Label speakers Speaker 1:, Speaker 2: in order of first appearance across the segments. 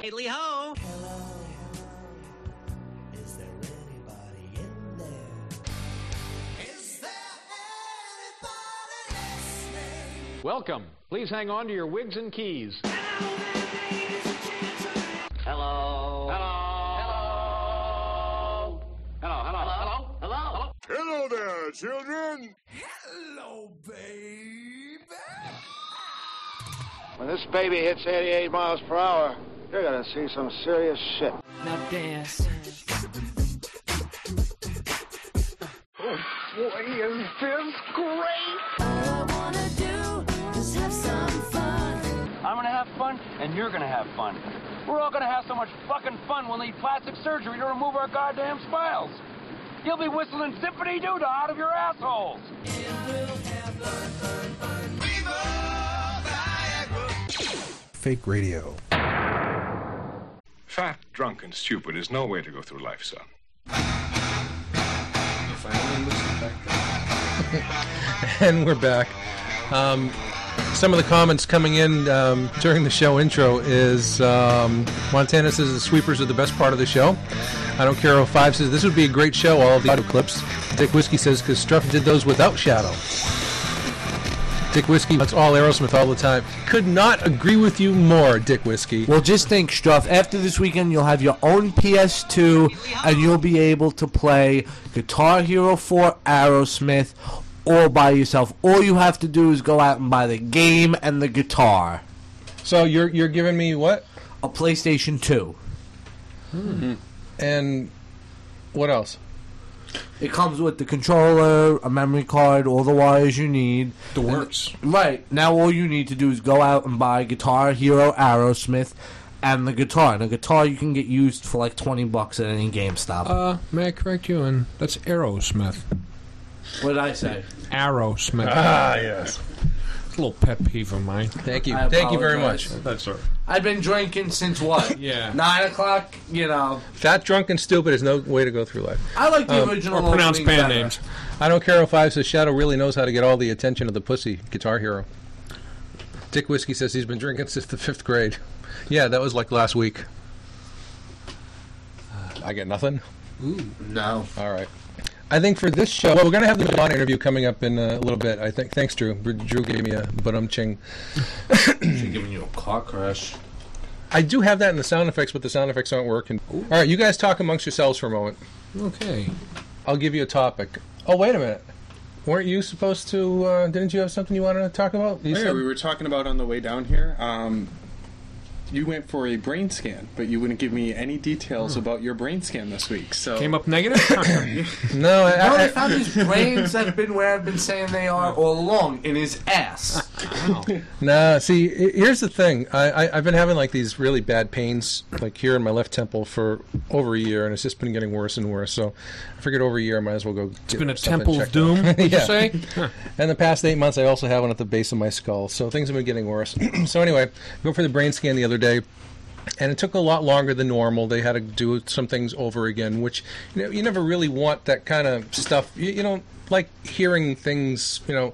Speaker 1: Diddly ho!
Speaker 2: Is there anybody in there? Is there anybody listening?
Speaker 3: Welcome. Please hang on to your wigs and keys. Hello. Hello. Hello. Hello. Hello. Hello. Hello. Hello.
Speaker 4: Hello there, children.
Speaker 2: Hello, baby.
Speaker 5: When this baby hits 88 miles per hour, you're gonna see some serious shit.
Speaker 6: Now dance.
Speaker 7: All I wanna do is have some fun.
Speaker 8: I'm gonna have fun, and you're gonna have fun. We're all gonna have so much fucking fun, we'll need plastic surgery to remove our goddamn smiles. You'll be whistling symphony doodah out of your assholes.
Speaker 9: Fake radio.
Speaker 4: Fat, drunk, and stupid is no way to go through life, son.
Speaker 9: and we're back. Um, some of the comments coming in um, during the show intro is um, Montana says the sweepers are the best part of the show. I don't care. 05 says this would be a great show. All of the audio clips. Dick Whiskey says because Struff did those without Shadow. Dick Whiskey, that's all Aerosmith all the time. Could not agree with you more, Dick Whiskey.
Speaker 10: Well, just think, Struff. After this weekend, you'll have your own PS2, and you'll be able to play Guitar Hero 4, Aerosmith, all by yourself. All you have to do is go out and buy the game and the guitar.
Speaker 9: So you're you're giving me what
Speaker 10: A PlayStation 2.
Speaker 9: and what else?
Speaker 10: It comes with the controller, a memory card, all the wires you need.
Speaker 4: The works.
Speaker 10: Right now, all you need to do is go out and buy Guitar Hero, Aerosmith, and the guitar. And a guitar you can get used for like twenty bucks at any GameStop.
Speaker 11: Uh, may I correct you? And that's Aerosmith.
Speaker 10: what did I say?
Speaker 11: Aerosmith.
Speaker 9: Ah, yes.
Speaker 11: That's a little pet peeve of mine.
Speaker 9: Thank you.
Speaker 10: I
Speaker 9: Thank you very much.
Speaker 10: apologize.
Speaker 11: That's all right.
Speaker 10: I've been drinking since what?
Speaker 11: Yeah.
Speaker 10: nine o'clock. You know,
Speaker 9: Fat, drunk, and stupid is no way to go through life.
Speaker 10: I like the
Speaker 9: Um,
Speaker 10: original.
Speaker 11: Or pronounce
Speaker 10: opening
Speaker 11: band
Speaker 10: better.
Speaker 11: names.
Speaker 9: I don't care if Five says Shadow really knows how to get all the attention of the pussy guitar hero. Dick Whiskey says he's been drinking since the fifth grade. Yeah, that was like last week. I get nothing.
Speaker 10: No,
Speaker 9: All right. I think for this show, well, we're going to have the Madonna interview coming up in a little bit. I think. Thanks, Drew. Drew gave me a but um ching.
Speaker 10: she's giving you a car crash.
Speaker 9: I do have that in the sound effects, but the sound effects aren't working. All right, you guys talk amongst yourselves for a moment.
Speaker 11: Okay.
Speaker 9: I'll give you a topic. Oh, wait a minute. Weren't you supposed to? Uh, didn't you have something you wanted to talk about? You
Speaker 8: Yeah,
Speaker 9: said-
Speaker 8: we were talking about on the way down here. Um, you went for a brain scan, but you wouldn't give me any details about your brain scan this week. So
Speaker 11: Hmm. Came up negative?
Speaker 9: no, I,
Speaker 10: No,
Speaker 9: I-
Speaker 10: they found his brains that have been where I've been saying they are all along in his ass.
Speaker 9: Nah, see, i- here's the thing. I, I, I've been having like these really bad pains, like here in my left temple, for over a year, and it's just been getting worse and worse. So I figured over a year, I might as well go.
Speaker 11: It's been a temple of doom, would you
Speaker 9: Yeah.
Speaker 11: say?
Speaker 9: And the past eight months, I also have one at the base of my skull. So things have been getting worse. so anyway, I go for the brain scan the other day. And it took a lot longer than normal. They had to do some things over again, which you know you never really want that kind of stuff. You, you don't like hearing things. You know,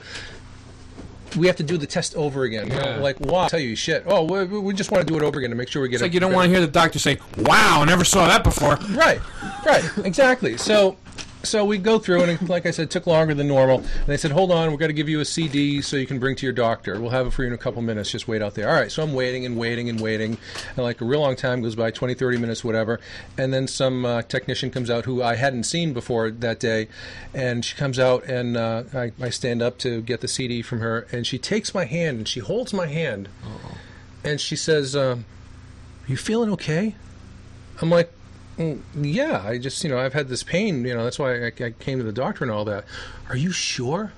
Speaker 9: we have to do the test over again. You know,
Speaker 11: Yeah.
Speaker 9: Like why? tell you shit. Oh, we, we we just want to do it over again to make sure we get
Speaker 11: It's
Speaker 9: it.
Speaker 11: like you don't want to hear the doctor say, wow, never saw that before.
Speaker 9: Right, right, exactly. So, so we go through, and it, like I said, took longer than normal. And they said, "Hold on, we're going to give you a CD so you can bring to your doctor. We'll have it for you in a couple minutes. Just wait out there." All right. So I'm waiting and waiting and waiting, and like a real long time goes by, 20, 30 minutes, whatever. And then some uh, technician comes out who I hadn't seen before that day, and she comes out, and uh, I, I stand up to get the CD from her, and she takes my hand and she holds my hand, and she says, um, "You feeling okay?" I'm like, "Mm, yeah, I just, you know, I've had this pain, you know, that's why I, I came to the doctor and all that. Are you sure?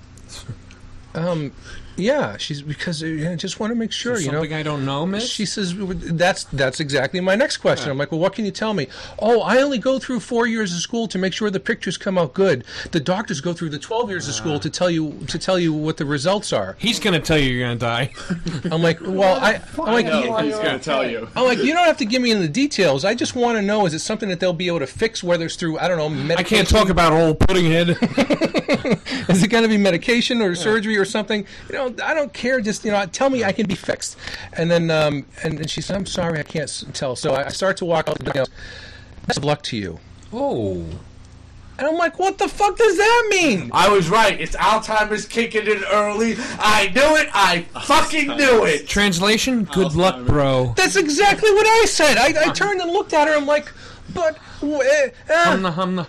Speaker 9: um, yeah, she's because uh, I just want to make sure, you know.
Speaker 11: Something I don't know, miss?
Speaker 9: She says that's that's exactly my next question. I'm like, well, what can you tell me? Oh, I only go through four years of school to make sure the pictures come out good. The doctors go through the 12 years of school to tell you to tell you what the results are.
Speaker 11: He's going to tell you you're going to die.
Speaker 9: I'm like, well, I, I'm like,
Speaker 10: Why
Speaker 8: he's
Speaker 10: you're
Speaker 8: gonna tell
Speaker 10: okay.
Speaker 8: you.
Speaker 9: I'm like, you don't have to give me any of the details. I just want to know is it something that they'll be able to fix, whether it's through, I don't know, medication?
Speaker 11: I can't talk about old pudding head.
Speaker 9: Is it going to be medication or surgery or something? You know, don't, I don't care. Just you know, tell me I can be fixed." And then, um, and, and she said, "I'm sorry, I can't s- tell." So I, I start to walk out the door. Best of luck to you.
Speaker 11: Oh.
Speaker 9: And I'm like, "What the fuck does that mean?"
Speaker 10: I was right. It's Alzheimer's kicking in early. I knew it. I fucking knew it.
Speaker 11: Translation: Good luck, bro.
Speaker 9: That's exactly what I said.
Speaker 8: Uh-huh.
Speaker 9: I, I turned and looked at her. I'm like, "But." w- eh, ah."
Speaker 11: Humna, humna,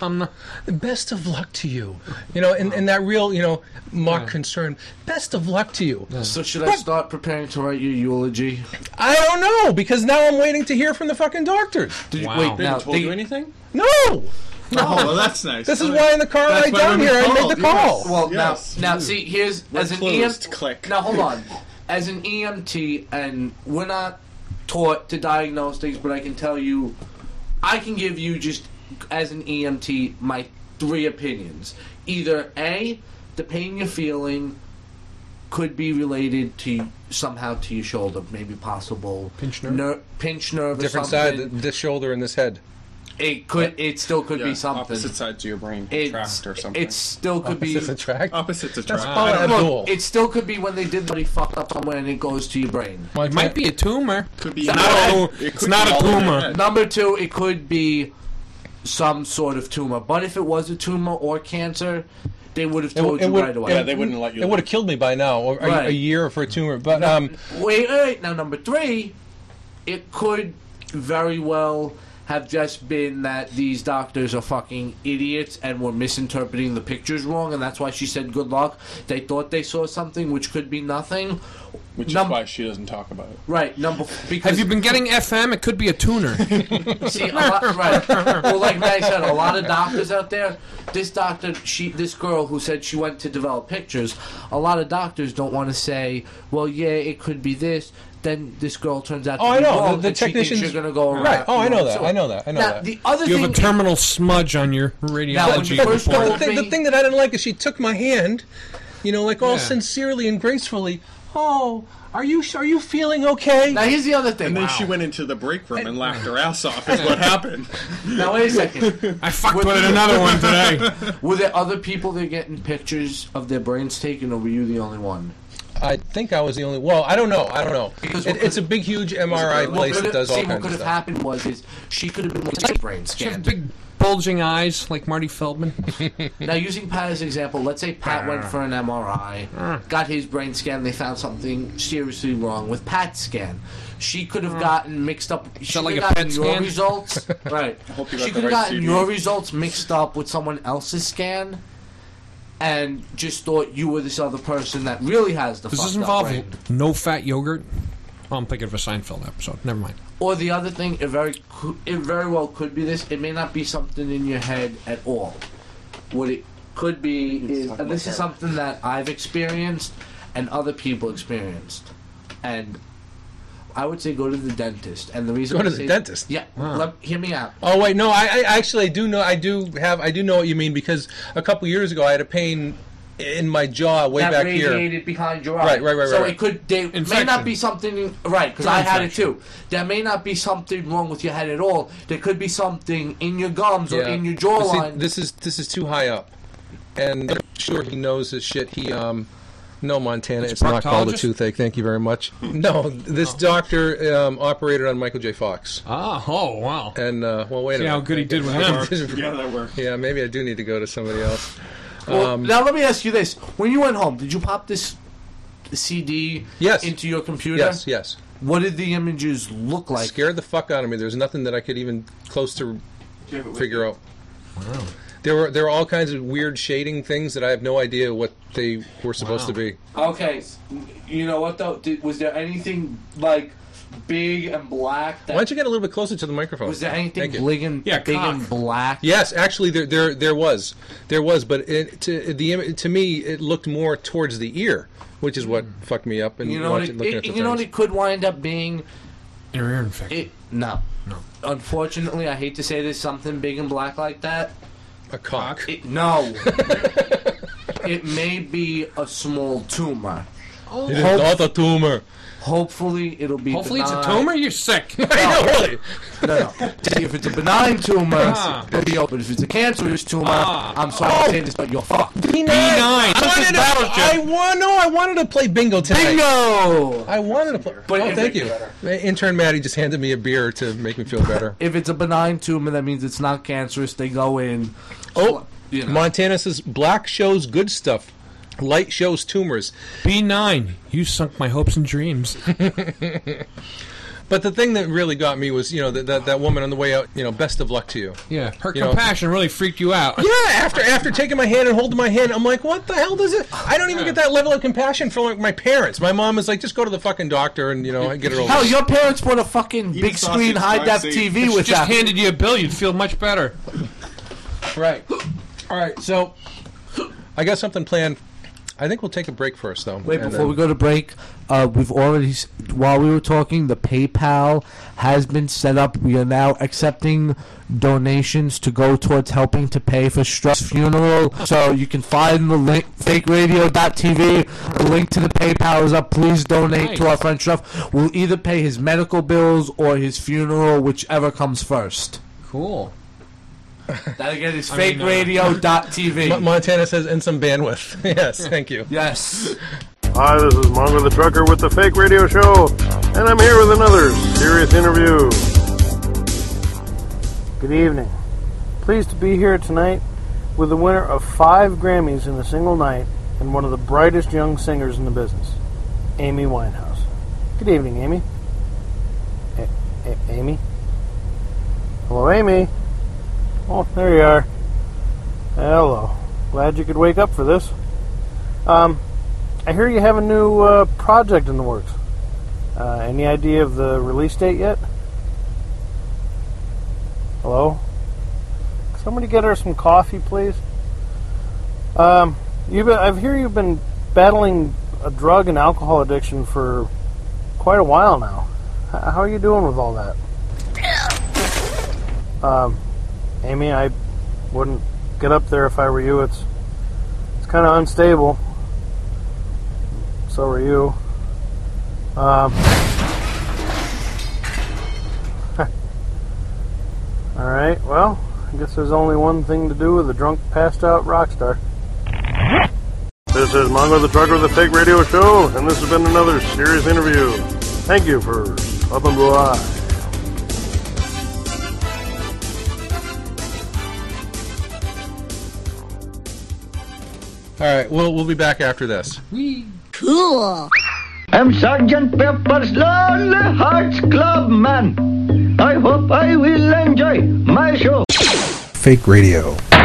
Speaker 11: humna.
Speaker 9: best of luck to you. You know, and, and that real, you know, mock concern. Best of luck to you.
Speaker 10: So should I start preparing to write your eulogy?
Speaker 9: I don't know because now I'm waiting to hear from the fucking doctors.
Speaker 10: Did you
Speaker 11: Wow.
Speaker 10: wait?
Speaker 11: They
Speaker 10: Now,
Speaker 1: told
Speaker 10: they-
Speaker 1: you anything?
Speaker 9: No,
Speaker 1: Oh, well, that's nice.
Speaker 9: this is why in the car
Speaker 1: That's
Speaker 9: ride
Speaker 1: why
Speaker 9: down
Speaker 1: we
Speaker 9: here I
Speaker 1: called,
Speaker 9: made the call.
Speaker 10: well,
Speaker 1: Yes.
Speaker 10: now, now, see, here's as an
Speaker 1: closed,
Speaker 10: EMT.
Speaker 1: click.
Speaker 10: Now, hold on. As an EMT, and we're not taught to diagnose things, but I can tell you, I can give you just as an EMT my three opinions. Either a, the pain you're feeling could be related to somehow to your shoulder, maybe possible
Speaker 11: Pinched nerve?
Speaker 10: ner- pinch nerve,
Speaker 9: Different
Speaker 10: or something.
Speaker 9: side, th- this shoulder and this head.
Speaker 10: It could. It still could
Speaker 1: Yeah,
Speaker 10: be something.
Speaker 1: Opposite sides of your brain
Speaker 10: It's,
Speaker 1: contract or something.
Speaker 10: it still could be.
Speaker 9: This attract.
Speaker 1: opposites
Speaker 9: That's
Speaker 1: attract.
Speaker 9: all
Speaker 1: I don't-
Speaker 9: Abdul.
Speaker 10: Look, it still could be when they did somebody fucked up somewhere and it goes to your brain.
Speaker 11: It might be a tumor.
Speaker 1: could be.
Speaker 11: Not a,
Speaker 1: It
Speaker 11: Oh, it's
Speaker 1: could
Speaker 11: not
Speaker 1: be
Speaker 11: a
Speaker 1: all in your
Speaker 11: tumor.
Speaker 1: head.
Speaker 10: Number two, it could be some sort of tumor. But if it was a tumor or cancer, they would have told you right away.
Speaker 1: Yeah, they wouldn't let you
Speaker 9: It
Speaker 1: live.
Speaker 9: would have killed me by now, or a- a,
Speaker 10: Right.
Speaker 9: year for a tumor. But um,
Speaker 10: wait, wait. Now, number three, it could very well have just been that these doctors are fucking idiots and were misinterpreting the pictures wrong, and that's why she said good luck. They thought they saw something which could be nothing.
Speaker 1: Which
Speaker 10: Num-
Speaker 1: is why she doesn't talk about it.
Speaker 10: Right, number f- because
Speaker 11: Have you been getting FM? It could be a tuner.
Speaker 10: See, a lot, right. Well, like Matt said, a lot of doctors out there. This doctor, she, this girl who said she went to develop pictures. A lot of doctors don't want to say, "Well, yeah, it could be this." Then this girl turns out. To
Speaker 9: oh, I
Speaker 10: be
Speaker 9: know
Speaker 10: wrong,
Speaker 9: the, the
Speaker 10: and she thinks
Speaker 9: technicians
Speaker 10: you're gonna go around-
Speaker 9: right. Oh, I know that.
Speaker 10: So-
Speaker 9: I know that. I know
Speaker 10: now,
Speaker 9: that.
Speaker 10: The other
Speaker 11: You
Speaker 10: thing,
Speaker 11: have a terminal smudge on your radiology
Speaker 10: Now, when
Speaker 11: report.
Speaker 10: first of
Speaker 9: the,
Speaker 10: all-
Speaker 9: thing, the
Speaker 10: me-
Speaker 9: thing that I didn't like is she took my hand, you know, like all
Speaker 11: Yeah.
Speaker 9: sincerely and gracefully. Oh, are you are you feeling okay?
Speaker 10: now here's the other thing.
Speaker 1: And then she went into the break room and laughed her ass off. Is what happened.
Speaker 10: now wait a second.
Speaker 11: I fucked with another one today.
Speaker 10: Were there other people that are getting pictures of their brains taken, or were you the only one?
Speaker 9: I think I was the only. Well, I don't know. I don't know.
Speaker 10: Because
Speaker 9: It,
Speaker 10: what
Speaker 9: it's a
Speaker 10: could-
Speaker 9: big, huge MRI
Speaker 10: What
Speaker 9: place that
Speaker 10: could have-
Speaker 9: does all
Speaker 10: see, what
Speaker 9: kinds
Speaker 10: could
Speaker 9: of
Speaker 10: have
Speaker 9: stuff.
Speaker 10: happened was is she could have been looking at brain
Speaker 11: She has
Speaker 10: scanned.
Speaker 11: big bulging eyes like Marty Feldman.
Speaker 10: Now, using Pat as an example, let's say Pat went for an MRI, got his brain scan, they found something seriously wrong with Pat's scan. She could have gotten mixed up. She
Speaker 11: that
Speaker 10: could
Speaker 11: like
Speaker 10: have
Speaker 11: a
Speaker 10: gotten
Speaker 11: PET
Speaker 10: your
Speaker 11: scan?
Speaker 10: results, right?
Speaker 1: hope you got
Speaker 10: She
Speaker 1: the
Speaker 10: could have
Speaker 1: right
Speaker 10: gotten
Speaker 1: CD.
Speaker 10: your results mixed up with someone else's scan, and just thought you were this other person that really has the.
Speaker 11: Does this
Speaker 10: fucked up
Speaker 11: involve
Speaker 10: brain.
Speaker 11: no fat yogurt? Oh, I'm thinking of a Seinfeld episode. Never mind.
Speaker 10: Or the other thing, it very cou- it very well could be this. It may not be something in your head at all. What it could be is and this is something that I've experienced and other people experienced, and I would say go to the dentist. And the reason
Speaker 9: Go
Speaker 10: I
Speaker 9: to the
Speaker 10: say-
Speaker 9: dentist?
Speaker 10: Yeah, let- hear me out.
Speaker 9: Oh wait, no. I, I actually do know. I do have. I do know what you mean because a couple years ago I had a pain in my jaw way
Speaker 10: that
Speaker 9: back
Speaker 10: radiated
Speaker 9: here.
Speaker 10: behind your eye.
Speaker 9: Right, right, right,
Speaker 10: So
Speaker 9: right,
Speaker 10: it could they, may
Speaker 11: Infection.
Speaker 10: not be something right because I had it too. There may not be something wrong with your head at all. There could be something in your gums or
Speaker 9: Yeah.
Speaker 10: in your
Speaker 9: But see,
Speaker 10: jawline.
Speaker 9: this is this is too high up, and I'm sure he knows his shit. He um. No, Montana, it's, not called a
Speaker 11: proctologist?
Speaker 9: toothache. Thank you very much. No, this
Speaker 10: Oh.
Speaker 9: doctor um, operated on Michael J. Fox.
Speaker 11: Ah, oh, wow.
Speaker 9: And, uh, well, wait
Speaker 11: See
Speaker 9: a
Speaker 11: how
Speaker 9: minute.
Speaker 11: good he did with him.
Speaker 1: yeah, that worked.
Speaker 9: Yeah, maybe I do need to go to somebody else.
Speaker 10: Well,
Speaker 9: Um,
Speaker 10: now let me ask you this: When you went home, did you pop this CD
Speaker 9: Yes.
Speaker 10: into your computer?
Speaker 9: Yes, yes.
Speaker 10: What did the images look like?
Speaker 9: Scared the fuck out of me. There was nothing that I could even close to figure out.
Speaker 11: Wow.
Speaker 9: There were there were all kinds of weird shading things that I have no idea what they were supposed
Speaker 11: Wow.
Speaker 9: to be.
Speaker 10: Okay, you know what though? Did, was there anything like big and black? That,
Speaker 9: Why don't you get a little bit closer to the microphone?
Speaker 10: was there anything
Speaker 9: Thank you.
Speaker 10: big and
Speaker 11: Yeah,
Speaker 10: big and
Speaker 11: cock.
Speaker 10: black?
Speaker 9: Yes, actually, there there there was there was, but it, to the im- to me it looked more towards the ear, which is what fucked me up. And
Speaker 10: Mm. You know, what
Speaker 9: watching,
Speaker 10: it,
Speaker 9: looking
Speaker 10: it-
Speaker 9: at the
Speaker 10: you know what
Speaker 9: things.
Speaker 10: it could wind up being.
Speaker 11: Your ear infection.
Speaker 10: It no. No. Unfortunately, I hate to say this, something big and black like that.
Speaker 9: a cock.
Speaker 10: It, no. it may be a small tumor.
Speaker 9: It is not a tumor.
Speaker 10: Hopefully, it'll be.
Speaker 11: Hopefully, it's a
Speaker 10: benign.
Speaker 11: tumor. You're sick.
Speaker 10: No, really. no, no. See, If it's a benign tumor,
Speaker 11: Ah.
Speaker 10: it'll be open. If it's a cancerous tumor,
Speaker 11: Ah.
Speaker 10: I'm sorry to say this, but you're fucked.
Speaker 9: B9.
Speaker 11: I
Speaker 9: I
Speaker 11: wanted
Speaker 9: wanted
Speaker 11: to-
Speaker 9: to, I want, no, I wanted to play bingo tonight.
Speaker 10: Bingo!
Speaker 9: I wanted to play.
Speaker 10: But
Speaker 9: oh,
Speaker 10: it
Speaker 9: thank
Speaker 10: makes
Speaker 9: you.
Speaker 10: it
Speaker 9: Intern Maddie just handed me a beer to make me feel better.
Speaker 10: If it's a benign tumor, that means it's not cancerous. They go in.
Speaker 9: Oh,
Speaker 10: You know.
Speaker 9: Montana says black shows good stuff, light shows tumors.
Speaker 11: B9, you sunk my hopes and dreams.
Speaker 9: But the thing that really got me was, you know, that that, that woman on the way out. You know, best of luck to you.
Speaker 11: Yeah, her
Speaker 9: You know-
Speaker 11: compassion really freaked you out.
Speaker 9: Yeah, after after taking my hand and holding my hand, I'm like, what the hell does it? I don't even get that level of compassion for like my parents. My mom was like, just go to the fucking doctor and you know get it over.
Speaker 10: Hell, your parents bought a fucking big
Speaker 1: sausage
Speaker 10: screen high def
Speaker 1: fries, so you-
Speaker 10: TV with
Speaker 11: Just
Speaker 10: that.
Speaker 11: handed you a bill, you'd feel much better.
Speaker 9: right. All right, so I got something planned. I think we'll take a break first, though.
Speaker 10: Wait,
Speaker 9: And,
Speaker 10: before
Speaker 9: uh,
Speaker 10: we go to break, uh, we've already, s- while we were talking, the PayPal has been set up. We are now accepting donations to go towards helping to pay for Struck's funeral. So you can find the link, fakeradio.tv. The link to the PayPal is up. Please donate to
Speaker 11: Nice.
Speaker 10: our friend Struff. We'll either pay his medical bills or his funeral, whichever comes first.
Speaker 11: Cool.
Speaker 10: That again is
Speaker 11: I mean, uh,
Speaker 10: fakeradio.tv.
Speaker 9: Mo- Montana says, and some bandwidth. yes, thank you.
Speaker 10: yes.
Speaker 6: Hi, this is Mongo the Trucker with the Fake Radio Show, and I'm here with another serious interview. Good evening. Pleased to be here tonight with the winner of five Grammys in a single night and one of the brightest young singers in the business, Amy Winehouse. Good evening, Amy. A- A- Amy? Hello, Amy. Oh, there you are. Hello. Glad you could wake up for this. Um, I hear you have a new uh, project in the works. Uh, any idea of the release date yet? Hello? Somebody get her some coffee, please. Um, you've been, I hear you've been battling a drug and alcohol addiction for quite a while now. H- how are you doing with all that? Um, Amy, I wouldn't get up there if I were you. It's it's kind of unstable. So are you. Um, all right. Well, I guess there's only one thing to do with a drunk, passed out rock star. This is Mongo the Trucker with the Fake Radio Show, and this has been another serious interview. Thank you for up and blue eye.
Speaker 9: All right, we'll we'll be back after this.
Speaker 7: Cool.
Speaker 2: I'm Sergeant Pepper's Lonely Hearts Club Man. I hope I will enjoy my show.
Speaker 9: Fake radio.
Speaker 2: Hey, Captain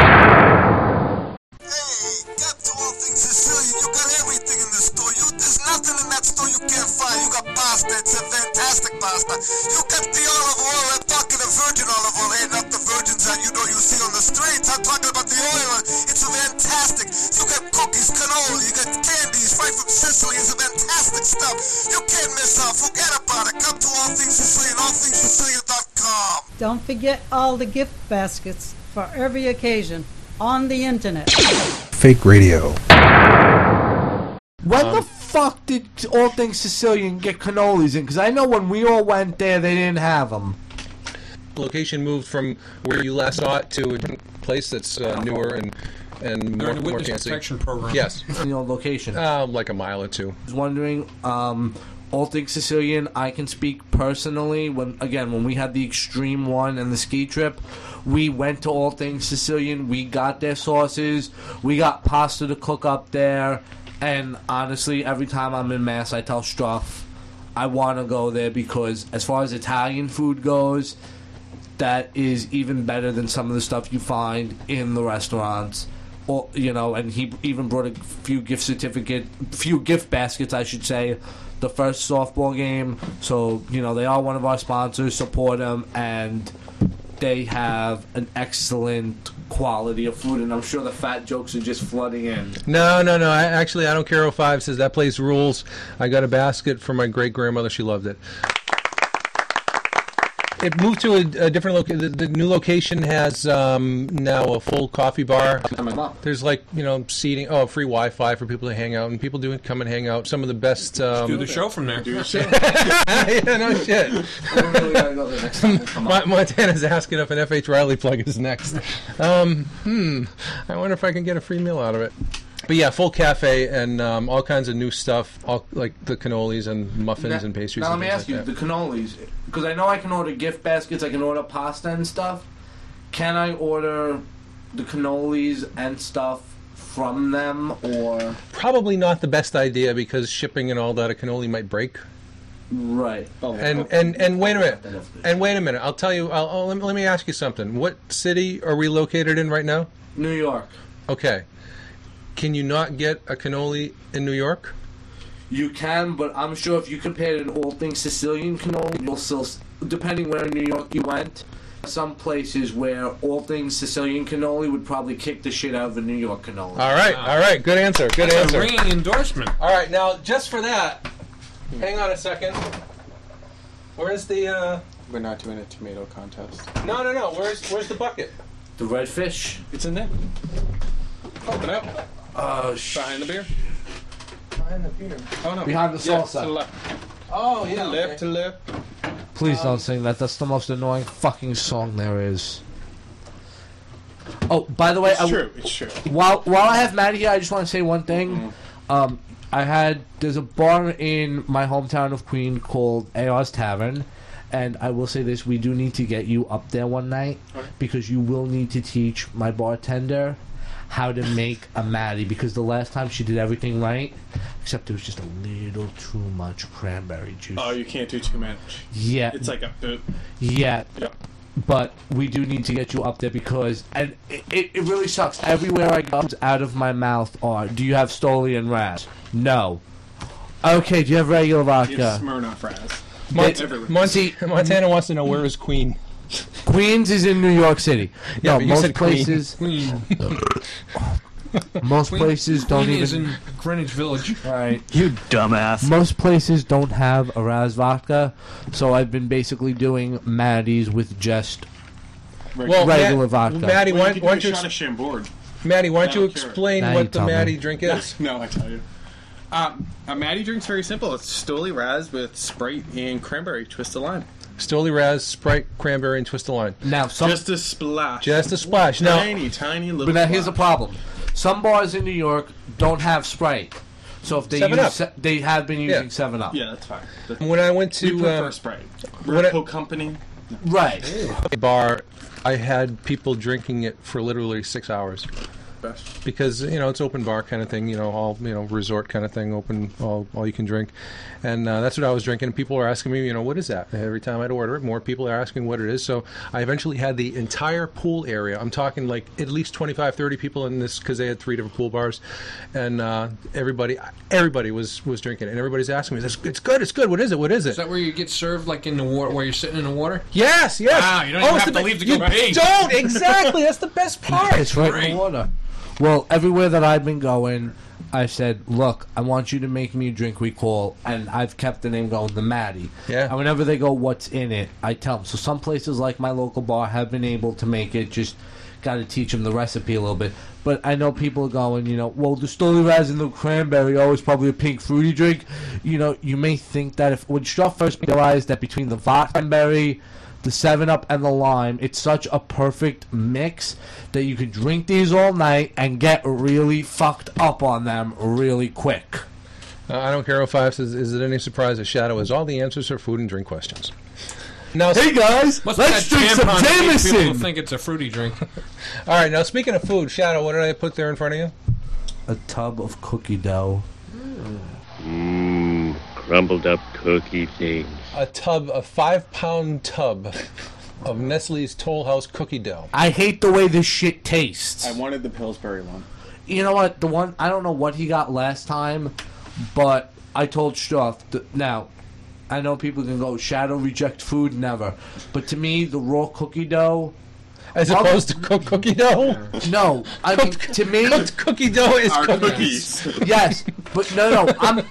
Speaker 2: All Things Sicilian, you got everything in this store. You, there's nothing in that store you can't find. You got pasta, it's a fantastic pasta. You got the olive oil, I'm talking the virgin olive oil, hey, not the virgins that you know you see on the streets. I'm talking about the oil, it's a fantastic. You got cookies, canola, you got candies right from Sicily, it's a fantastic stuff. You can't miss out, forget about it. Come to All Things Sicilian, allthingssicilian.com.
Speaker 7: Don't forget all the gift baskets for every occasion on the internet.
Speaker 9: Fake radio.
Speaker 10: When the fuck did All Things Sicilian get cannolis in? Because I know when we all went there, they didn't have them.
Speaker 9: Location moved from where you last saw it to a different place that's uh, newer and and
Speaker 11: They're
Speaker 9: more,
Speaker 11: in the
Speaker 9: more
Speaker 11: witness
Speaker 9: fancy.
Speaker 11: protection program.
Speaker 9: Yes,
Speaker 10: You know, location. I
Speaker 9: uh, like a mile or two.
Speaker 10: was wondering, um, All Things Sicilian, I can speak personally. When Again, when we had the Extreme One and the ski trip, we went to All Things Sicilian. We got their sauces. We got pasta to cook up there. And honestly, every time I'm in Mass, I tell Struff, I want to go there because as far as Italian food goes, that is even better than some of the stuff you find in the restaurants. Or, you know, and he even brought a few gift certificate, few gift baskets, I should say. The first softball game, so you know they are one of our sponsors. Support them, and they have an excellent quality of food. And I'm sure the fat jokes are just flooding in.
Speaker 9: No, no, no. I, actually, I don't care. 05 says that place rules. I got a basket for my great grandmother. She loved it. it moved to a, a different location. The, the new location has um, now a full coffee bar. There's like you know seating, oh, free Wi-Fi for people to hang out, and people do come and hang out. Some of the best. Um,
Speaker 11: Do the show from there.
Speaker 9: Do the show. yeah, no shit. Mon- Montana's asking if an FH Riley plug is next. Um, hmm. I wonder if I can get a free meal out of it. But yeah, full cafe and um, all kinds of new stuff, all like the cannolis and muffins
Speaker 10: Now-
Speaker 9: and pastries.
Speaker 10: Now let
Speaker 9: and
Speaker 10: me
Speaker 9: things
Speaker 10: ask you,
Speaker 9: like
Speaker 10: the cannolis, because I know I can order gift baskets, I can order pasta and stuff. Can I order the cannolis and stuff from them, or
Speaker 9: that. probably not the best idea because shipping and all that a cannoli might break.
Speaker 10: right?
Speaker 9: And and and wait a minute. And wait a minute. I'll tell you. I'll, oh, let, me, let me ask you something. What city are we located in right now?
Speaker 10: New York.
Speaker 9: Okay. Can you not get a cannoli in New York?
Speaker 10: You can, but I'm sure if you compared an all things Sicilian cannoli, you'll still, depending where in New York you went, some places where all things Sicilian cannoli would probably kick the shit out of a New York cannoli.
Speaker 9: All right. All right. Good answer. Good
Speaker 11: That's a
Speaker 9: answer.
Speaker 11: ringing endorsement.
Speaker 9: All right. Now, just for that, hang on a second. Where's the? Uh...
Speaker 12: We're not doing a tomato contest.
Speaker 9: No, no, no. Where's where's the bucket?
Speaker 10: The red fish.
Speaker 12: It's in there. Open up.
Speaker 10: Oh, sh-
Speaker 12: Behind the beer.
Speaker 9: Behind the beer.
Speaker 12: Oh no.
Speaker 10: Behind the
Speaker 12: Yeah,
Speaker 10: salsa.
Speaker 12: to the left.
Speaker 9: Oh
Speaker 12: To the left. To the left.
Speaker 10: Please don't sing that. That's the most annoying fucking song there is. Oh, by the way,
Speaker 12: It's
Speaker 10: I
Speaker 12: true, it's true.
Speaker 10: While while I have Matt here, I just want to say one thing. Um, I had there's a bar in my hometown of Queen called AR's Tavern, and I will say this: we do need to get you up there one night because you will need to teach my bartender how to make a Maddie because the last time she did everything right, except it was just a little too much cranberry juice.
Speaker 1: Oh, you can't do too much.
Speaker 10: Yeah.
Speaker 1: It's like a boot.
Speaker 10: Yeah.
Speaker 1: Yeah.
Speaker 10: But we do need to get you up there because, and it, it, it really sucks. Everywhere I go, comes out of my mouth are, do you have Stoli and Raz? No. Okay, do you have regular
Speaker 1: It's
Speaker 10: vodka?
Speaker 1: Smirnoff Raz.
Speaker 10: Mont-
Speaker 1: everywhere.
Speaker 10: Monty-
Speaker 9: Montana wants to know where is Queen.
Speaker 10: Queens is in New York City.
Speaker 9: Yeah,
Speaker 10: no,
Speaker 9: but you
Speaker 10: most
Speaker 9: said Queen.
Speaker 10: places,
Speaker 11: Queen.
Speaker 10: most places don't
Speaker 11: Queen
Speaker 10: even.
Speaker 11: is in Greenwich Village.
Speaker 10: Right. You dumbass. Most places don't have a Raz vodka, so I've been basically doing Maddie's with just
Speaker 9: Well,
Speaker 10: regular
Speaker 9: Matt-
Speaker 10: vodka.
Speaker 9: Maddie,
Speaker 1: Well,
Speaker 9: why,
Speaker 1: you could
Speaker 9: why
Speaker 1: do
Speaker 9: don't
Speaker 1: a
Speaker 9: you
Speaker 1: shot of Chambord.
Speaker 9: Maddie, why don't you
Speaker 1: That'll cure it.
Speaker 9: explain
Speaker 10: Now you
Speaker 9: what the
Speaker 10: tell me.
Speaker 9: Maddie drink is?
Speaker 1: No, I tell you. Um, a Maddie drink's very simple. It's Stoli Raz with Sprite and cranberry twist of lime.
Speaker 9: Stoli Raz, Sprite, Cranberry, and Twist of Lime.
Speaker 10: Now, some
Speaker 1: Just a splash.
Speaker 9: Just a splash. Now,
Speaker 1: tiny, tiny little.
Speaker 10: But now here's the
Speaker 1: splash.
Speaker 10: problem: some bars in New York don't have Sprite, so if they
Speaker 9: 7
Speaker 10: use,
Speaker 9: Up.
Speaker 10: se- they have been using
Speaker 9: Yeah.
Speaker 10: Seven Up.
Speaker 1: Yeah, that's fine. That's-
Speaker 9: when I went
Speaker 1: we
Speaker 9: to
Speaker 1: prefer
Speaker 9: uh,
Speaker 1: Sprite.
Speaker 9: when I-
Speaker 1: Repo Company.
Speaker 10: Right.
Speaker 9: a bar, I had people drinking it for literally six hours.
Speaker 1: Best.
Speaker 9: because you know it's open bar kind of thing, you know, all you know resort kind of thing, open all all you can drink, and uh, that's what I was drinking. And people were asking me, you know, what is that? Every time I'd order it, more people are asking what it is. So I eventually had the entire pool area. I'm talking like at least 25, 30 people in this because they had three different pool bars, and uh, everybody everybody was was drinking it, and everybody's asking me, it's, it's good, it's good. What is it? What is it?
Speaker 11: Is that where you get served, like in the water, where you're sitting in the water?
Speaker 9: Yes, yes. Oh,
Speaker 11: Wow, you don't even
Speaker 9: it's
Speaker 11: have
Speaker 9: the
Speaker 11: to
Speaker 9: be-
Speaker 11: leave to go
Speaker 9: you
Speaker 11: pee.
Speaker 9: Don't exactly. That's the best part.
Speaker 10: It's right in
Speaker 11: Great.
Speaker 10: the water. Well, everywhere that I've been going, I said, "Look, I want you to make me a drink we call," and I've kept the name going, the Maddie.
Speaker 9: Yeah.
Speaker 10: And whenever they go, "What's in it?" I tell them. So some places like my local bar have been able to make it. Just got to teach them the recipe a little bit. But I know people are going, you know, well, the Stoli Raz and the cranberry oh, it's probably a pink fruity drink. You know, you may think that if when Straw first realized that between the vodka cranberry the Seven Up and the lime. It's such a perfect mix that you could drink these all night and get really fucked up on them really quick.
Speaker 9: Uh, I don't care. 05 says, "Is it any surprise that Shadow has all the answers for food and drink questions?" Now,
Speaker 10: Hey guys,
Speaker 11: Must
Speaker 10: let's
Speaker 11: be that
Speaker 10: drink some
Speaker 11: tampon that makes People
Speaker 10: Jameson.
Speaker 11: think it's a fruity drink.
Speaker 9: all right. Now, speaking of food, Shadow, what did I put there in front of you?
Speaker 10: A tub of cookie dough.
Speaker 13: Mmm, crumbled up cookie thing.
Speaker 9: A tub, a five-pound tub of Nestle's Toll House cookie dough.
Speaker 10: I hate the way this shit tastes.
Speaker 1: I wanted the Pillsbury one.
Speaker 10: You know what? The one I don't know what he got last time, but I told Stroff th- now. I know people can go shadow reject food never, but to me the raw cookie dough
Speaker 9: as opposed to cooked cookie dough?
Speaker 10: No, I mean to me,
Speaker 9: cooked cookie dough is
Speaker 10: Are
Speaker 9: cookies.
Speaker 10: yes, but no, no. I'm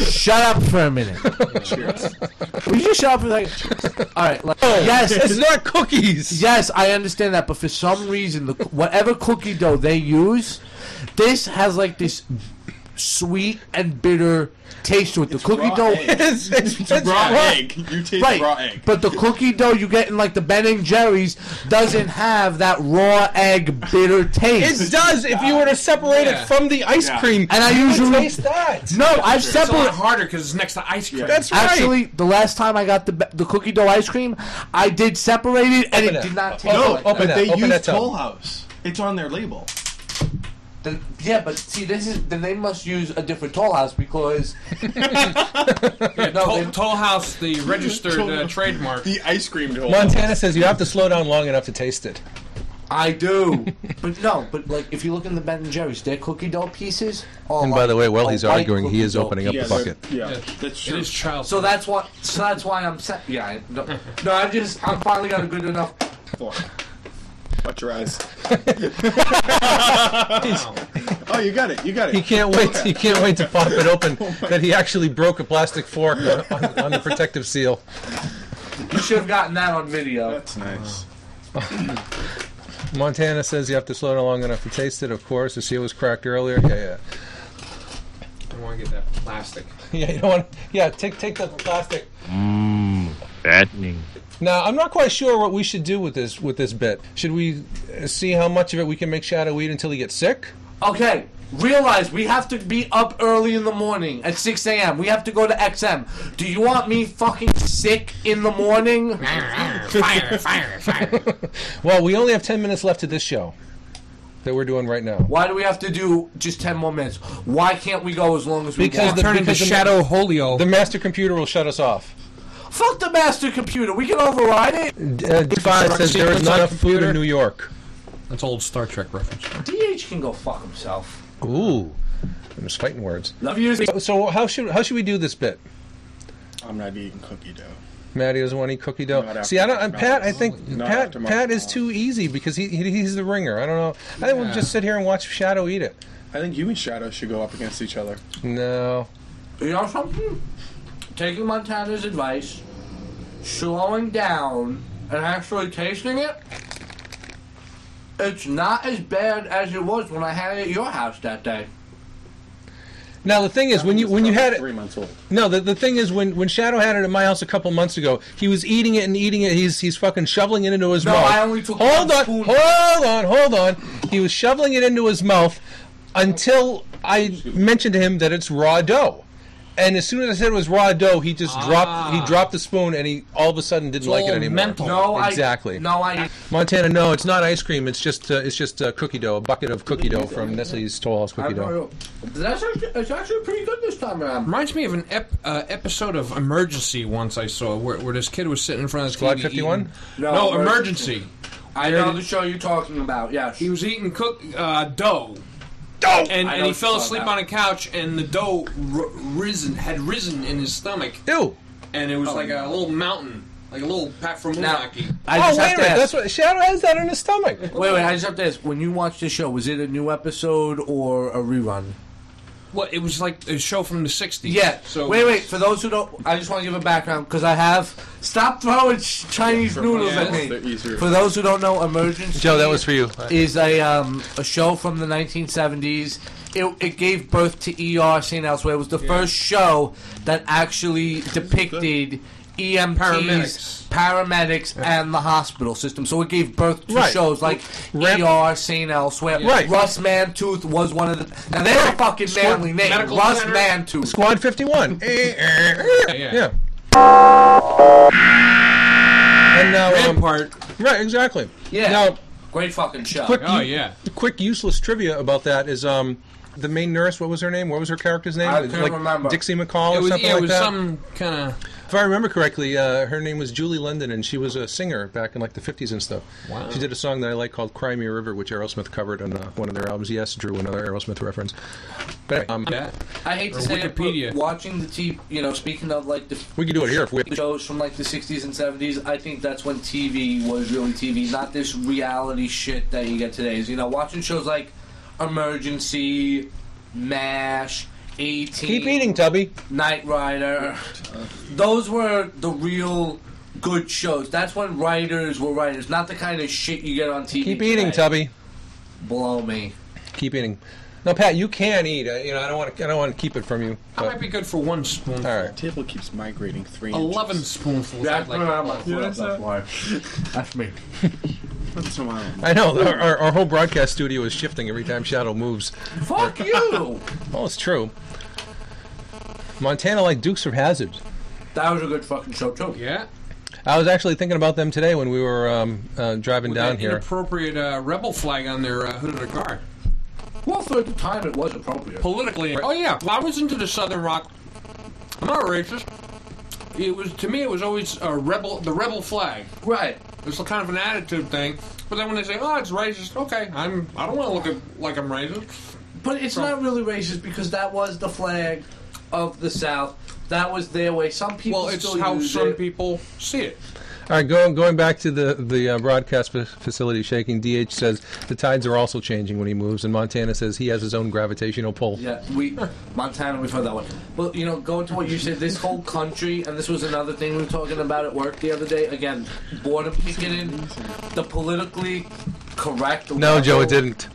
Speaker 10: shut up for a minute. Will you just shut up for a second? All right. Like,
Speaker 9: No,
Speaker 10: yes,
Speaker 9: Oh, it's not cookies.
Speaker 10: Yes, I understand that, but for some reason, the whatever cookie dough they use, this has like this sweet and bitter taste to it. The cookie
Speaker 1: raw
Speaker 10: dough,
Speaker 1: egg. It's- it's- It's it's raw raw. egg. You taste
Speaker 10: right?
Speaker 1: raw egg.
Speaker 10: But the cookie dough you get in like the Ben and Jerry's doesn't have that raw egg bitter taste.
Speaker 9: It does if you were to separate
Speaker 10: Yeah.
Speaker 9: it from the ice
Speaker 10: Yeah.
Speaker 9: cream.
Speaker 10: And I
Speaker 9: you would
Speaker 10: usually-
Speaker 9: taste that.
Speaker 10: No, I've
Speaker 11: It's a lot
Speaker 10: separated.
Speaker 11: harder because it's next to ice cream.
Speaker 10: Actually, the last time I got the be- the cookie dough ice cream, I did separate it, and it, did not taste.
Speaker 1: No,
Speaker 10: like
Speaker 1: but
Speaker 10: that.
Speaker 1: they use Toll House. It's on their label.
Speaker 10: The- yeah, but see, this is then they must use a different toll house because
Speaker 11: Yeah, Toll, Toll House, the registered uh, trademark.
Speaker 1: The ice cream toll.
Speaker 9: Montana says you have to slow down long enough to taste it.
Speaker 10: I do. but no, but like if you look in the Ben and Jerry's, their cookie dough pieces.
Speaker 1: Oh,
Speaker 10: Are
Speaker 9: And
Speaker 10: like,
Speaker 9: by the way, while he's
Speaker 10: are white
Speaker 9: arguing, he
Speaker 10: cookie
Speaker 9: is
Speaker 10: dough
Speaker 9: opening up the
Speaker 10: pieces.
Speaker 9: bucket.
Speaker 1: Yeah, that's
Speaker 11: true. It is child.
Speaker 10: So that's why. So that's why I'm set. Yeah, I, no, no, I just I'm finally got a good enough.
Speaker 1: Watch your eyes. oh, you got it. You got it.
Speaker 9: He can't wait. He can't wait to pop it open.
Speaker 1: Oh,
Speaker 9: that he actually broke a plastic fork on, on the protective seal.
Speaker 10: You should have gotten that on video.
Speaker 1: That's nice.
Speaker 9: Montana says you have to slow down long enough to taste it. Of course, the seal was cracked earlier. Yeah, yeah.
Speaker 11: I want to get that plastic.
Speaker 9: Yeah, you don't want. Yeah, take take the plastic.
Speaker 13: Mmm, fattening.
Speaker 9: Now, I'm not quite sure what we should do with this with this bit. Should we uh, see how much of it we can make Shadow eat until he gets sick?
Speaker 10: Okay, realize we have to be up early in the morning at 6 a.m. We have to go to XM. Do you want me fucking sick in the morning?
Speaker 11: fire, fire, fire.
Speaker 9: Well, we only have 10 minutes left to this show that we're doing right now.
Speaker 10: Why do we have to do just 10 more minutes? Why can't we go as long as we
Speaker 9: Because
Speaker 10: want?
Speaker 9: the, because the ma-
Speaker 11: Holio.
Speaker 9: The master computer will shut us off.
Speaker 10: Fuck the master computer. We can override it.
Speaker 9: Uh, Defy says there is not enough food in New York.
Speaker 11: That's old Star Trek reference.
Speaker 10: DH can go fuck himself.
Speaker 9: Ooh, I'm just fighting words.
Speaker 10: Love you.
Speaker 9: So, so how should how should we do this bit?
Speaker 1: I'm not eating cookie dough.
Speaker 9: Maddie doesn't want to eat cookie dough.
Speaker 1: Not after
Speaker 9: See, I don't. And Pat, I
Speaker 1: McDonald's.
Speaker 9: think
Speaker 1: Not
Speaker 9: Pat
Speaker 1: after
Speaker 9: Pat is too easy because he, he he's the ringer. I don't know. I think we'll
Speaker 1: Yeah.
Speaker 9: just sit here and watch Shadow eat it.
Speaker 1: I think you and Shadow should go up against each other.
Speaker 9: No.
Speaker 10: You know something? Taking Montana's advice, slowing down, and actually tasting it, it's not as bad as it was when I had it at your house that day.
Speaker 9: Now the thing is, when you when you had it,
Speaker 1: Three months old.
Speaker 9: no, the, the thing is, when when Shadow had it at my house a couple months ago, he was eating it and eating it. He's he's fucking shoveling it into his
Speaker 10: No,
Speaker 9: mouth.
Speaker 10: I only took
Speaker 9: hold
Speaker 10: one
Speaker 9: on,
Speaker 10: spoon.
Speaker 9: hold on, hold on. He was shoveling it into his mouth until I mentioned to him that it's raw dough. And as soon as I said it was raw dough, he just dropped he dropped the spoon and he all of a sudden didn't like it anymore.
Speaker 10: No, I-
Speaker 9: exactly.
Speaker 10: no, I.
Speaker 9: Montana, no, it's not ice cream. It's just uh, it's just uh, cookie dough, a bucket of cookie dough from Nestle's Toll House
Speaker 10: uh, I
Speaker 9: cookie dough.
Speaker 10: that's actually, it's actually pretty good this time around.
Speaker 11: Reminds me of an ep- uh, episode of Emergency once I saw where, where this kid was sitting in front of his
Speaker 9: Squad
Speaker 11: TV.
Speaker 9: 51?
Speaker 11: eating-
Speaker 10: No,
Speaker 11: No,
Speaker 10: Emergency.
Speaker 11: emergency.
Speaker 10: I know the show you're talking about. Yes,
Speaker 11: He was eating cook uh, dough.
Speaker 1: Dough.
Speaker 11: And,
Speaker 10: I
Speaker 11: and
Speaker 10: know
Speaker 11: he
Speaker 10: what
Speaker 11: fell
Speaker 10: you're
Speaker 11: asleep
Speaker 10: talking
Speaker 11: on a couch, and the dough r- risen had risen in his stomach,
Speaker 9: Ew.
Speaker 11: and it was
Speaker 10: Oh.
Speaker 11: like a little mountain, like a little Pat from
Speaker 10: Now,
Speaker 11: Milwaukee.
Speaker 10: I
Speaker 9: oh
Speaker 10: just
Speaker 9: wait
Speaker 10: have
Speaker 9: a
Speaker 10: to
Speaker 9: minute,
Speaker 10: ask.
Speaker 9: that's what Shadow has that in his stomach.
Speaker 10: Wait, wait. I just have to ask: When you watched the show, was it a new episode or a rerun?
Speaker 11: Well, it was like a show from the '60s.
Speaker 10: Yeah.
Speaker 11: So
Speaker 10: wait, wait. For those who don't, I just want to give a background because I have. Stop throwing ch- Chinese noodles at
Speaker 1: They're
Speaker 10: me.
Speaker 1: easier.
Speaker 10: For those who don't know, Emergency
Speaker 9: Joe, that was for you.
Speaker 10: is a um, a show from the 1970s. It, it gave birth to ER, St. Elsewhere. It was the first show that actually depicted E EMTs, paramedics,
Speaker 11: Paramedics.
Speaker 10: and the hospital system. So it gave birth to
Speaker 9: Right.
Speaker 10: shows like
Speaker 9: Rep-
Speaker 10: ER, St. Elsewhere.
Speaker 9: Right.
Speaker 10: Russ Mantooth was one of the. Now they're a fucking manly name.
Speaker 11: Medical
Speaker 10: Russ
Speaker 11: Center.
Speaker 10: Mantooth.
Speaker 9: Squad 51. Eh, eh, eh.
Speaker 11: Yeah.
Speaker 9: yeah. And now, um,
Speaker 11: Rampart.
Speaker 9: right, exactly.
Speaker 10: Yeah.
Speaker 9: Now,
Speaker 10: Great fucking show.
Speaker 9: quick,
Speaker 11: Oh
Speaker 9: u-
Speaker 11: yeah.
Speaker 9: quick, useless trivia about that is um, the main nurse. What was her name? What was her character's name?
Speaker 10: I can't
Speaker 9: like
Speaker 10: remember.
Speaker 9: Dixie McCall
Speaker 11: It
Speaker 9: or
Speaker 11: was,
Speaker 9: Oh, something
Speaker 11: yeah, it
Speaker 9: like
Speaker 11: was
Speaker 9: that.
Speaker 11: some kind of
Speaker 9: If I remember correctly, uh, her name was Julie London, and she was a singer back in like the '50s and stuff.
Speaker 11: Wow.
Speaker 9: She did a song that I like called "Cry Me a River," which Aerosmith covered on uh, one of their albums. Yes, Drew, another Aerosmith reference. But um,
Speaker 10: I hate to
Speaker 9: Or
Speaker 10: say it, but watching the TV, you know, speaking of like the
Speaker 9: we could do it here if we.
Speaker 10: the shows from like the 60s and 70s, I think that's when TV was really TV, not this reality shit that you get today. Is you know, watching shows like Emergency, MASH, 18,
Speaker 9: Keep eating, Tubby.
Speaker 10: Knight Rider. Those were the real good shows. That's when writers were writers, not the kind of shit you get on TV.
Speaker 9: Keep eating,
Speaker 10: today.
Speaker 9: Tubby.
Speaker 10: Blow me.
Speaker 9: Keep eating. No, Pat, you can eat. I, you know, I don't want to. I don't want to keep it from you.
Speaker 11: I might be good for one spoonful.
Speaker 9: All right.
Speaker 1: Table keeps migrating three.
Speaker 11: Eleven spoonfuls.
Speaker 1: Yeah,
Speaker 11: I'd like.
Speaker 1: no, I'm like, Yeah, that's that's
Speaker 11: why.
Speaker 14: That's me.
Speaker 9: I know our, our, our whole broadcast studio is shifting every time Shadow moves.
Speaker 10: Fuck you!
Speaker 9: Well, it's true. Montana like Dukes of Hazard.
Speaker 10: That was a good fucking show too. Yeah.
Speaker 9: I was actually thinking about them today when we were um, uh, driving
Speaker 11: With
Speaker 9: down
Speaker 11: that
Speaker 9: here.
Speaker 11: inappropriate uh, rebel flag on their uh, hood of the car.
Speaker 10: Well, for the time, it was appropriate.
Speaker 11: Politically, oh yeah. Well, I was into the Southern rock. I'm not racist. It was to me, it was always a rebel, the rebel flag.
Speaker 10: Right.
Speaker 11: It's a kind of an attitude thing. But then when they say, "Oh, it's racist," okay, I'm. I don't want to look at, like I'm racist.
Speaker 10: But it's not really racist because that was the flag of the South. That was their way. Some people
Speaker 11: Well, it's
Speaker 10: still
Speaker 11: how
Speaker 10: use
Speaker 11: some
Speaker 10: it.
Speaker 11: people see it.
Speaker 9: All right, going going back to the the uh, broadcast fa- facility shaking. DH says the tides are also changing when he moves, and Montana says he has his own gravitational pull.
Speaker 10: Yeah, we Montana, we've heard that one. But you know, going to what you said, this whole country, and this was another thing we were talking about at work the other day. Again, boredom kicking in, the politically correct.
Speaker 9: No,
Speaker 10: level-
Speaker 9: Joe, it didn't.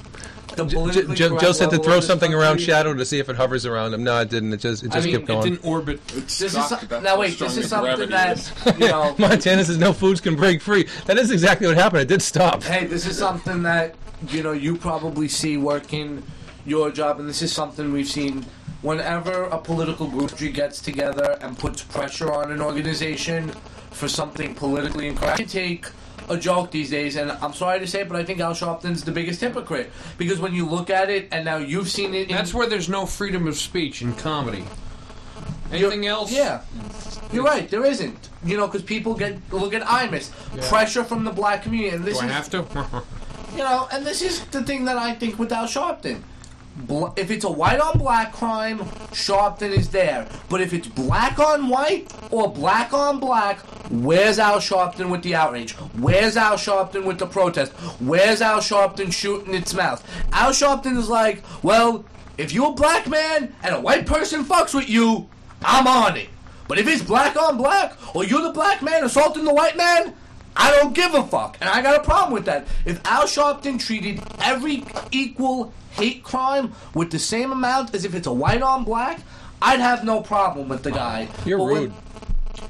Speaker 10: The
Speaker 9: J-
Speaker 10: politically
Speaker 9: Joe,
Speaker 10: correct
Speaker 9: Joe said to
Speaker 10: level
Speaker 9: throw
Speaker 10: of this
Speaker 9: something around
Speaker 10: country-
Speaker 9: Shadow to see if it hovers around him. No, it didn't. It just it just kept going.
Speaker 11: orbit.
Speaker 10: This is so- now wait. This is something that you know.
Speaker 9: Montana says no foods can break free. That is exactly what happened. It did stop.
Speaker 10: Hey, this is something that you know you probably see working your job, and this is something we've seen whenever a political group gets together and puts pressure on an organization for something politically incorrect. You take a joke these days, and I'm sorry to say, it, but I think Al Sharpton's the biggest hypocrite because when you look at it, and now you've seen it. In,
Speaker 11: That's where there's no freedom of speech in comedy. Anything else?
Speaker 10: Yeah. You're right. There isn't, you know, because people get look at IMIS
Speaker 11: Yeah.
Speaker 10: pressure from the black community, and this
Speaker 11: Do I
Speaker 10: is
Speaker 11: have to?
Speaker 10: You know, and this is the thing that I think with Al Sharpton. Bl- if it's a white on black crime, Sharpton is there. But if it's black on white or black on black, where's Al Sharpton with the outrage? Where's Al Sharpton with the protest? Where's Al Sharpton shooting its mouth? Al Sharpton is like, well, if you're a black man and a white person fucks with you, I'm on it. But if it's black on black or you're the black man assaulting the white man, I don't give a fuck, and I got a problem with that. If Al Sharpton treated every equal hate crime with the same amount as if it's a white on black, I'd have no problem with the guy. You're rude.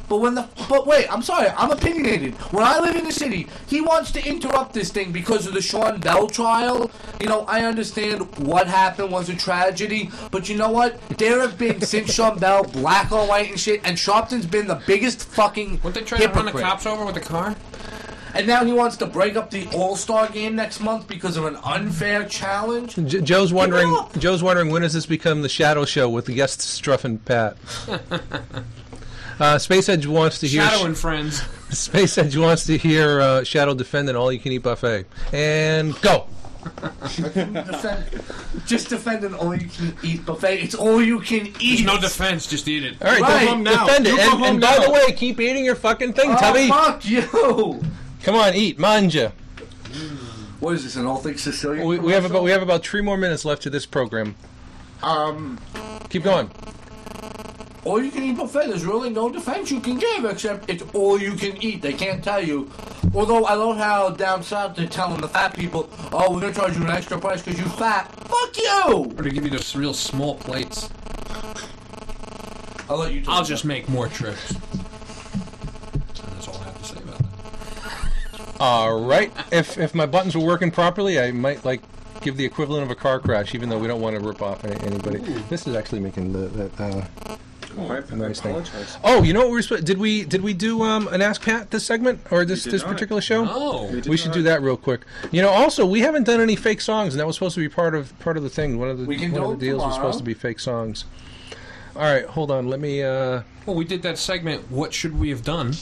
Speaker 10: but when the but wait, I'm sorry, I'm opinionated. When I live in the city, he wants to interrupt this thing because of the Sean Bell trial. You know, I understand what happened was a tragedy, but you know what? There have been since Sean Bell black on white and shit, and Sharpton's been the biggest fucking. What
Speaker 11: they trying to run the cops over with a car?
Speaker 10: and now he wants to break up the All Star game next month because of an unfair challenge.
Speaker 9: J- Joe's wondering. Joe's wondering when does this become the Shadow Show with the guests Struff and Pat. Uh, Space Edge wants to hear.
Speaker 11: Shadow and friends.
Speaker 9: Space Edge wants to hear uh, Shadow defend an all-you-can-eat buffet. And go.
Speaker 10: defend, just defend an all you can eat buffet. It's all you can eat.
Speaker 11: No defense, just eat it.
Speaker 9: All right, defend- defend it. And, and by the way, keep eating your fucking thing,
Speaker 10: Oh,
Speaker 9: Tubby.
Speaker 10: fuck you.
Speaker 9: Come on, eat, manja.
Speaker 10: What is this? An all things Sicilian?
Speaker 9: We, we have about we have about three more minutes left to this program.
Speaker 10: Um,
Speaker 9: Keep going.
Speaker 10: all you can eat buffet. There's really no defense you can give except it's all you can eat. They can't tell you. Although I love how down south they're telling the fat people, "Oh, we're gonna charge you an extra price because you fat." Fuck you.
Speaker 11: Or to give you those real small plates.
Speaker 10: I'll let you.
Speaker 11: I'll just make more trips. And that's all I have to say about that.
Speaker 9: All right. If if my buttons were working properly, I might like give the equivalent of a car crash, even though we don't want to rip off any, anybody. This is actually making the that. Uh,
Speaker 1: Oh, I, I
Speaker 9: Nice thing.
Speaker 1: apologize.
Speaker 9: Oh, you know what we were supposed did we did we do um, an Ask Pat this segment or this
Speaker 1: did
Speaker 9: this
Speaker 1: not.
Speaker 9: particular show?
Speaker 1: No. We
Speaker 9: we,
Speaker 1: did
Speaker 9: should
Speaker 1: not.
Speaker 9: do that real quick. You know, also we haven't done any fake songs, and that was supposed to be part of part of the thing. One of the
Speaker 1: We can
Speaker 9: one of
Speaker 1: do
Speaker 9: the
Speaker 1: it
Speaker 9: deals was
Speaker 1: tomorrow.
Speaker 9: supposed to be fake songs. All right, hold on. Let me uh,
Speaker 11: Well, we did that segment. What should we have done?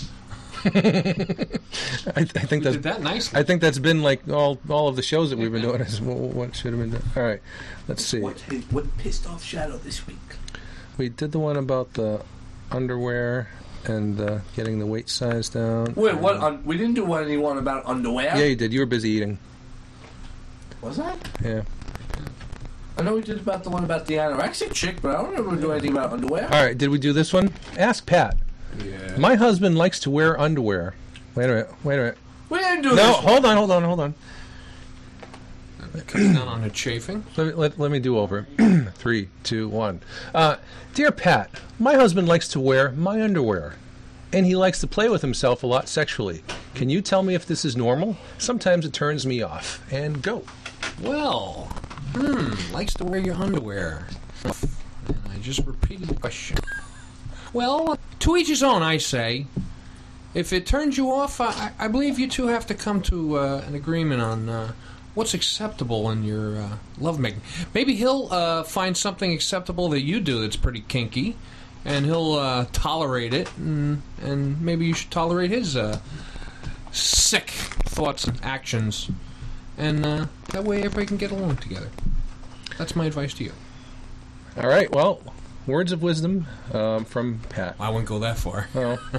Speaker 9: I, th- I think that's
Speaker 11: did that nicely.
Speaker 9: I think that's been like all all of the shows that we've been doing is what, what should have been done. All right, let's see.
Speaker 10: What, what pissed off Shadow this week?
Speaker 9: We did the one about the underwear and uh, getting the waist size down.
Speaker 10: Wait, what? Un- we didn't do anyone about underwear.
Speaker 9: Um, Yeah, you did. You were busy eating.
Speaker 10: Was that?
Speaker 9: Yeah.
Speaker 10: I know we did about the one about the anorexic chick, but I don't remember doing anything about underwear.
Speaker 9: All right, did we do this one? Ask Pat.
Speaker 10: Yeah.
Speaker 9: My husband likes to wear underwear. Wait a minute. Wait a minute.
Speaker 10: We didn't do
Speaker 9: No,
Speaker 10: this.
Speaker 9: hold on, hold on, hold on.
Speaker 11: Comes down on a chafing.
Speaker 9: Let me, let, let me do over. Three, two, one. Uh, Dear Pat, my husband likes to wear my underwear, and he likes to play with himself a lot sexually. Can you tell me if this is normal? Sometimes it turns me off. And go.
Speaker 11: Well, hmm, likes to wear your underwear. And I just repeated the question. Well, to each his own, I say. If it turns you off, I, I believe you two have to come to uh, an agreement on uh, what's acceptable in your uh, lovemaking. Maybe he'll uh, find something acceptable that you do that's pretty kinky, and he'll uh, tolerate it, and, and maybe you should tolerate his uh, sick thoughts and actions. And uh, that way everybody can get along together. That's my advice to you.
Speaker 9: All right. Well, words of wisdom um, from Pat.
Speaker 11: I wouldn't go that far.
Speaker 9: Oh. All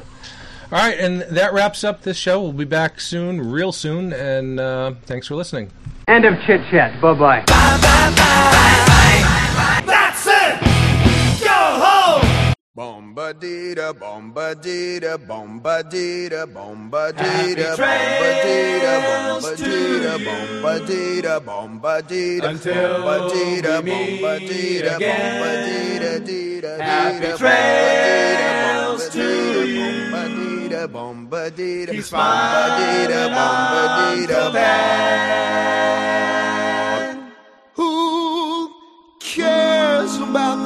Speaker 9: right, and that wraps up this show. We'll be back soon, real soon, and uh, thanks for listening.
Speaker 6: End of chit chat. Bye bye.
Speaker 15: That's it! Go home! Bombadita, bombadita, bombadita, bombadita, bombadita, bombadita, bombadita, bombadita,
Speaker 1: Until
Speaker 15: bombadita,
Speaker 1: we meet
Speaker 15: bombadita,
Speaker 1: again.
Speaker 15: bombadita, dita, dita,
Speaker 1: trails to you.
Speaker 15: bombadita, bombadita, bombadita,
Speaker 1: He's smiling
Speaker 15: bombadita,
Speaker 1: until
Speaker 15: bombadita.
Speaker 1: Who cares about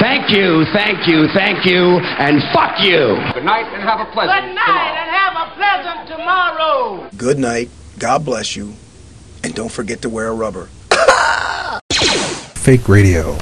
Speaker 7: Thank you, thank you, thank you, and fuck you.
Speaker 8: Good night and have a pleasant Good night and have a pleasant tomorrow.
Speaker 16: Good night. God bless you. And don't forget to wear a rubber.
Speaker 9: Fake radio.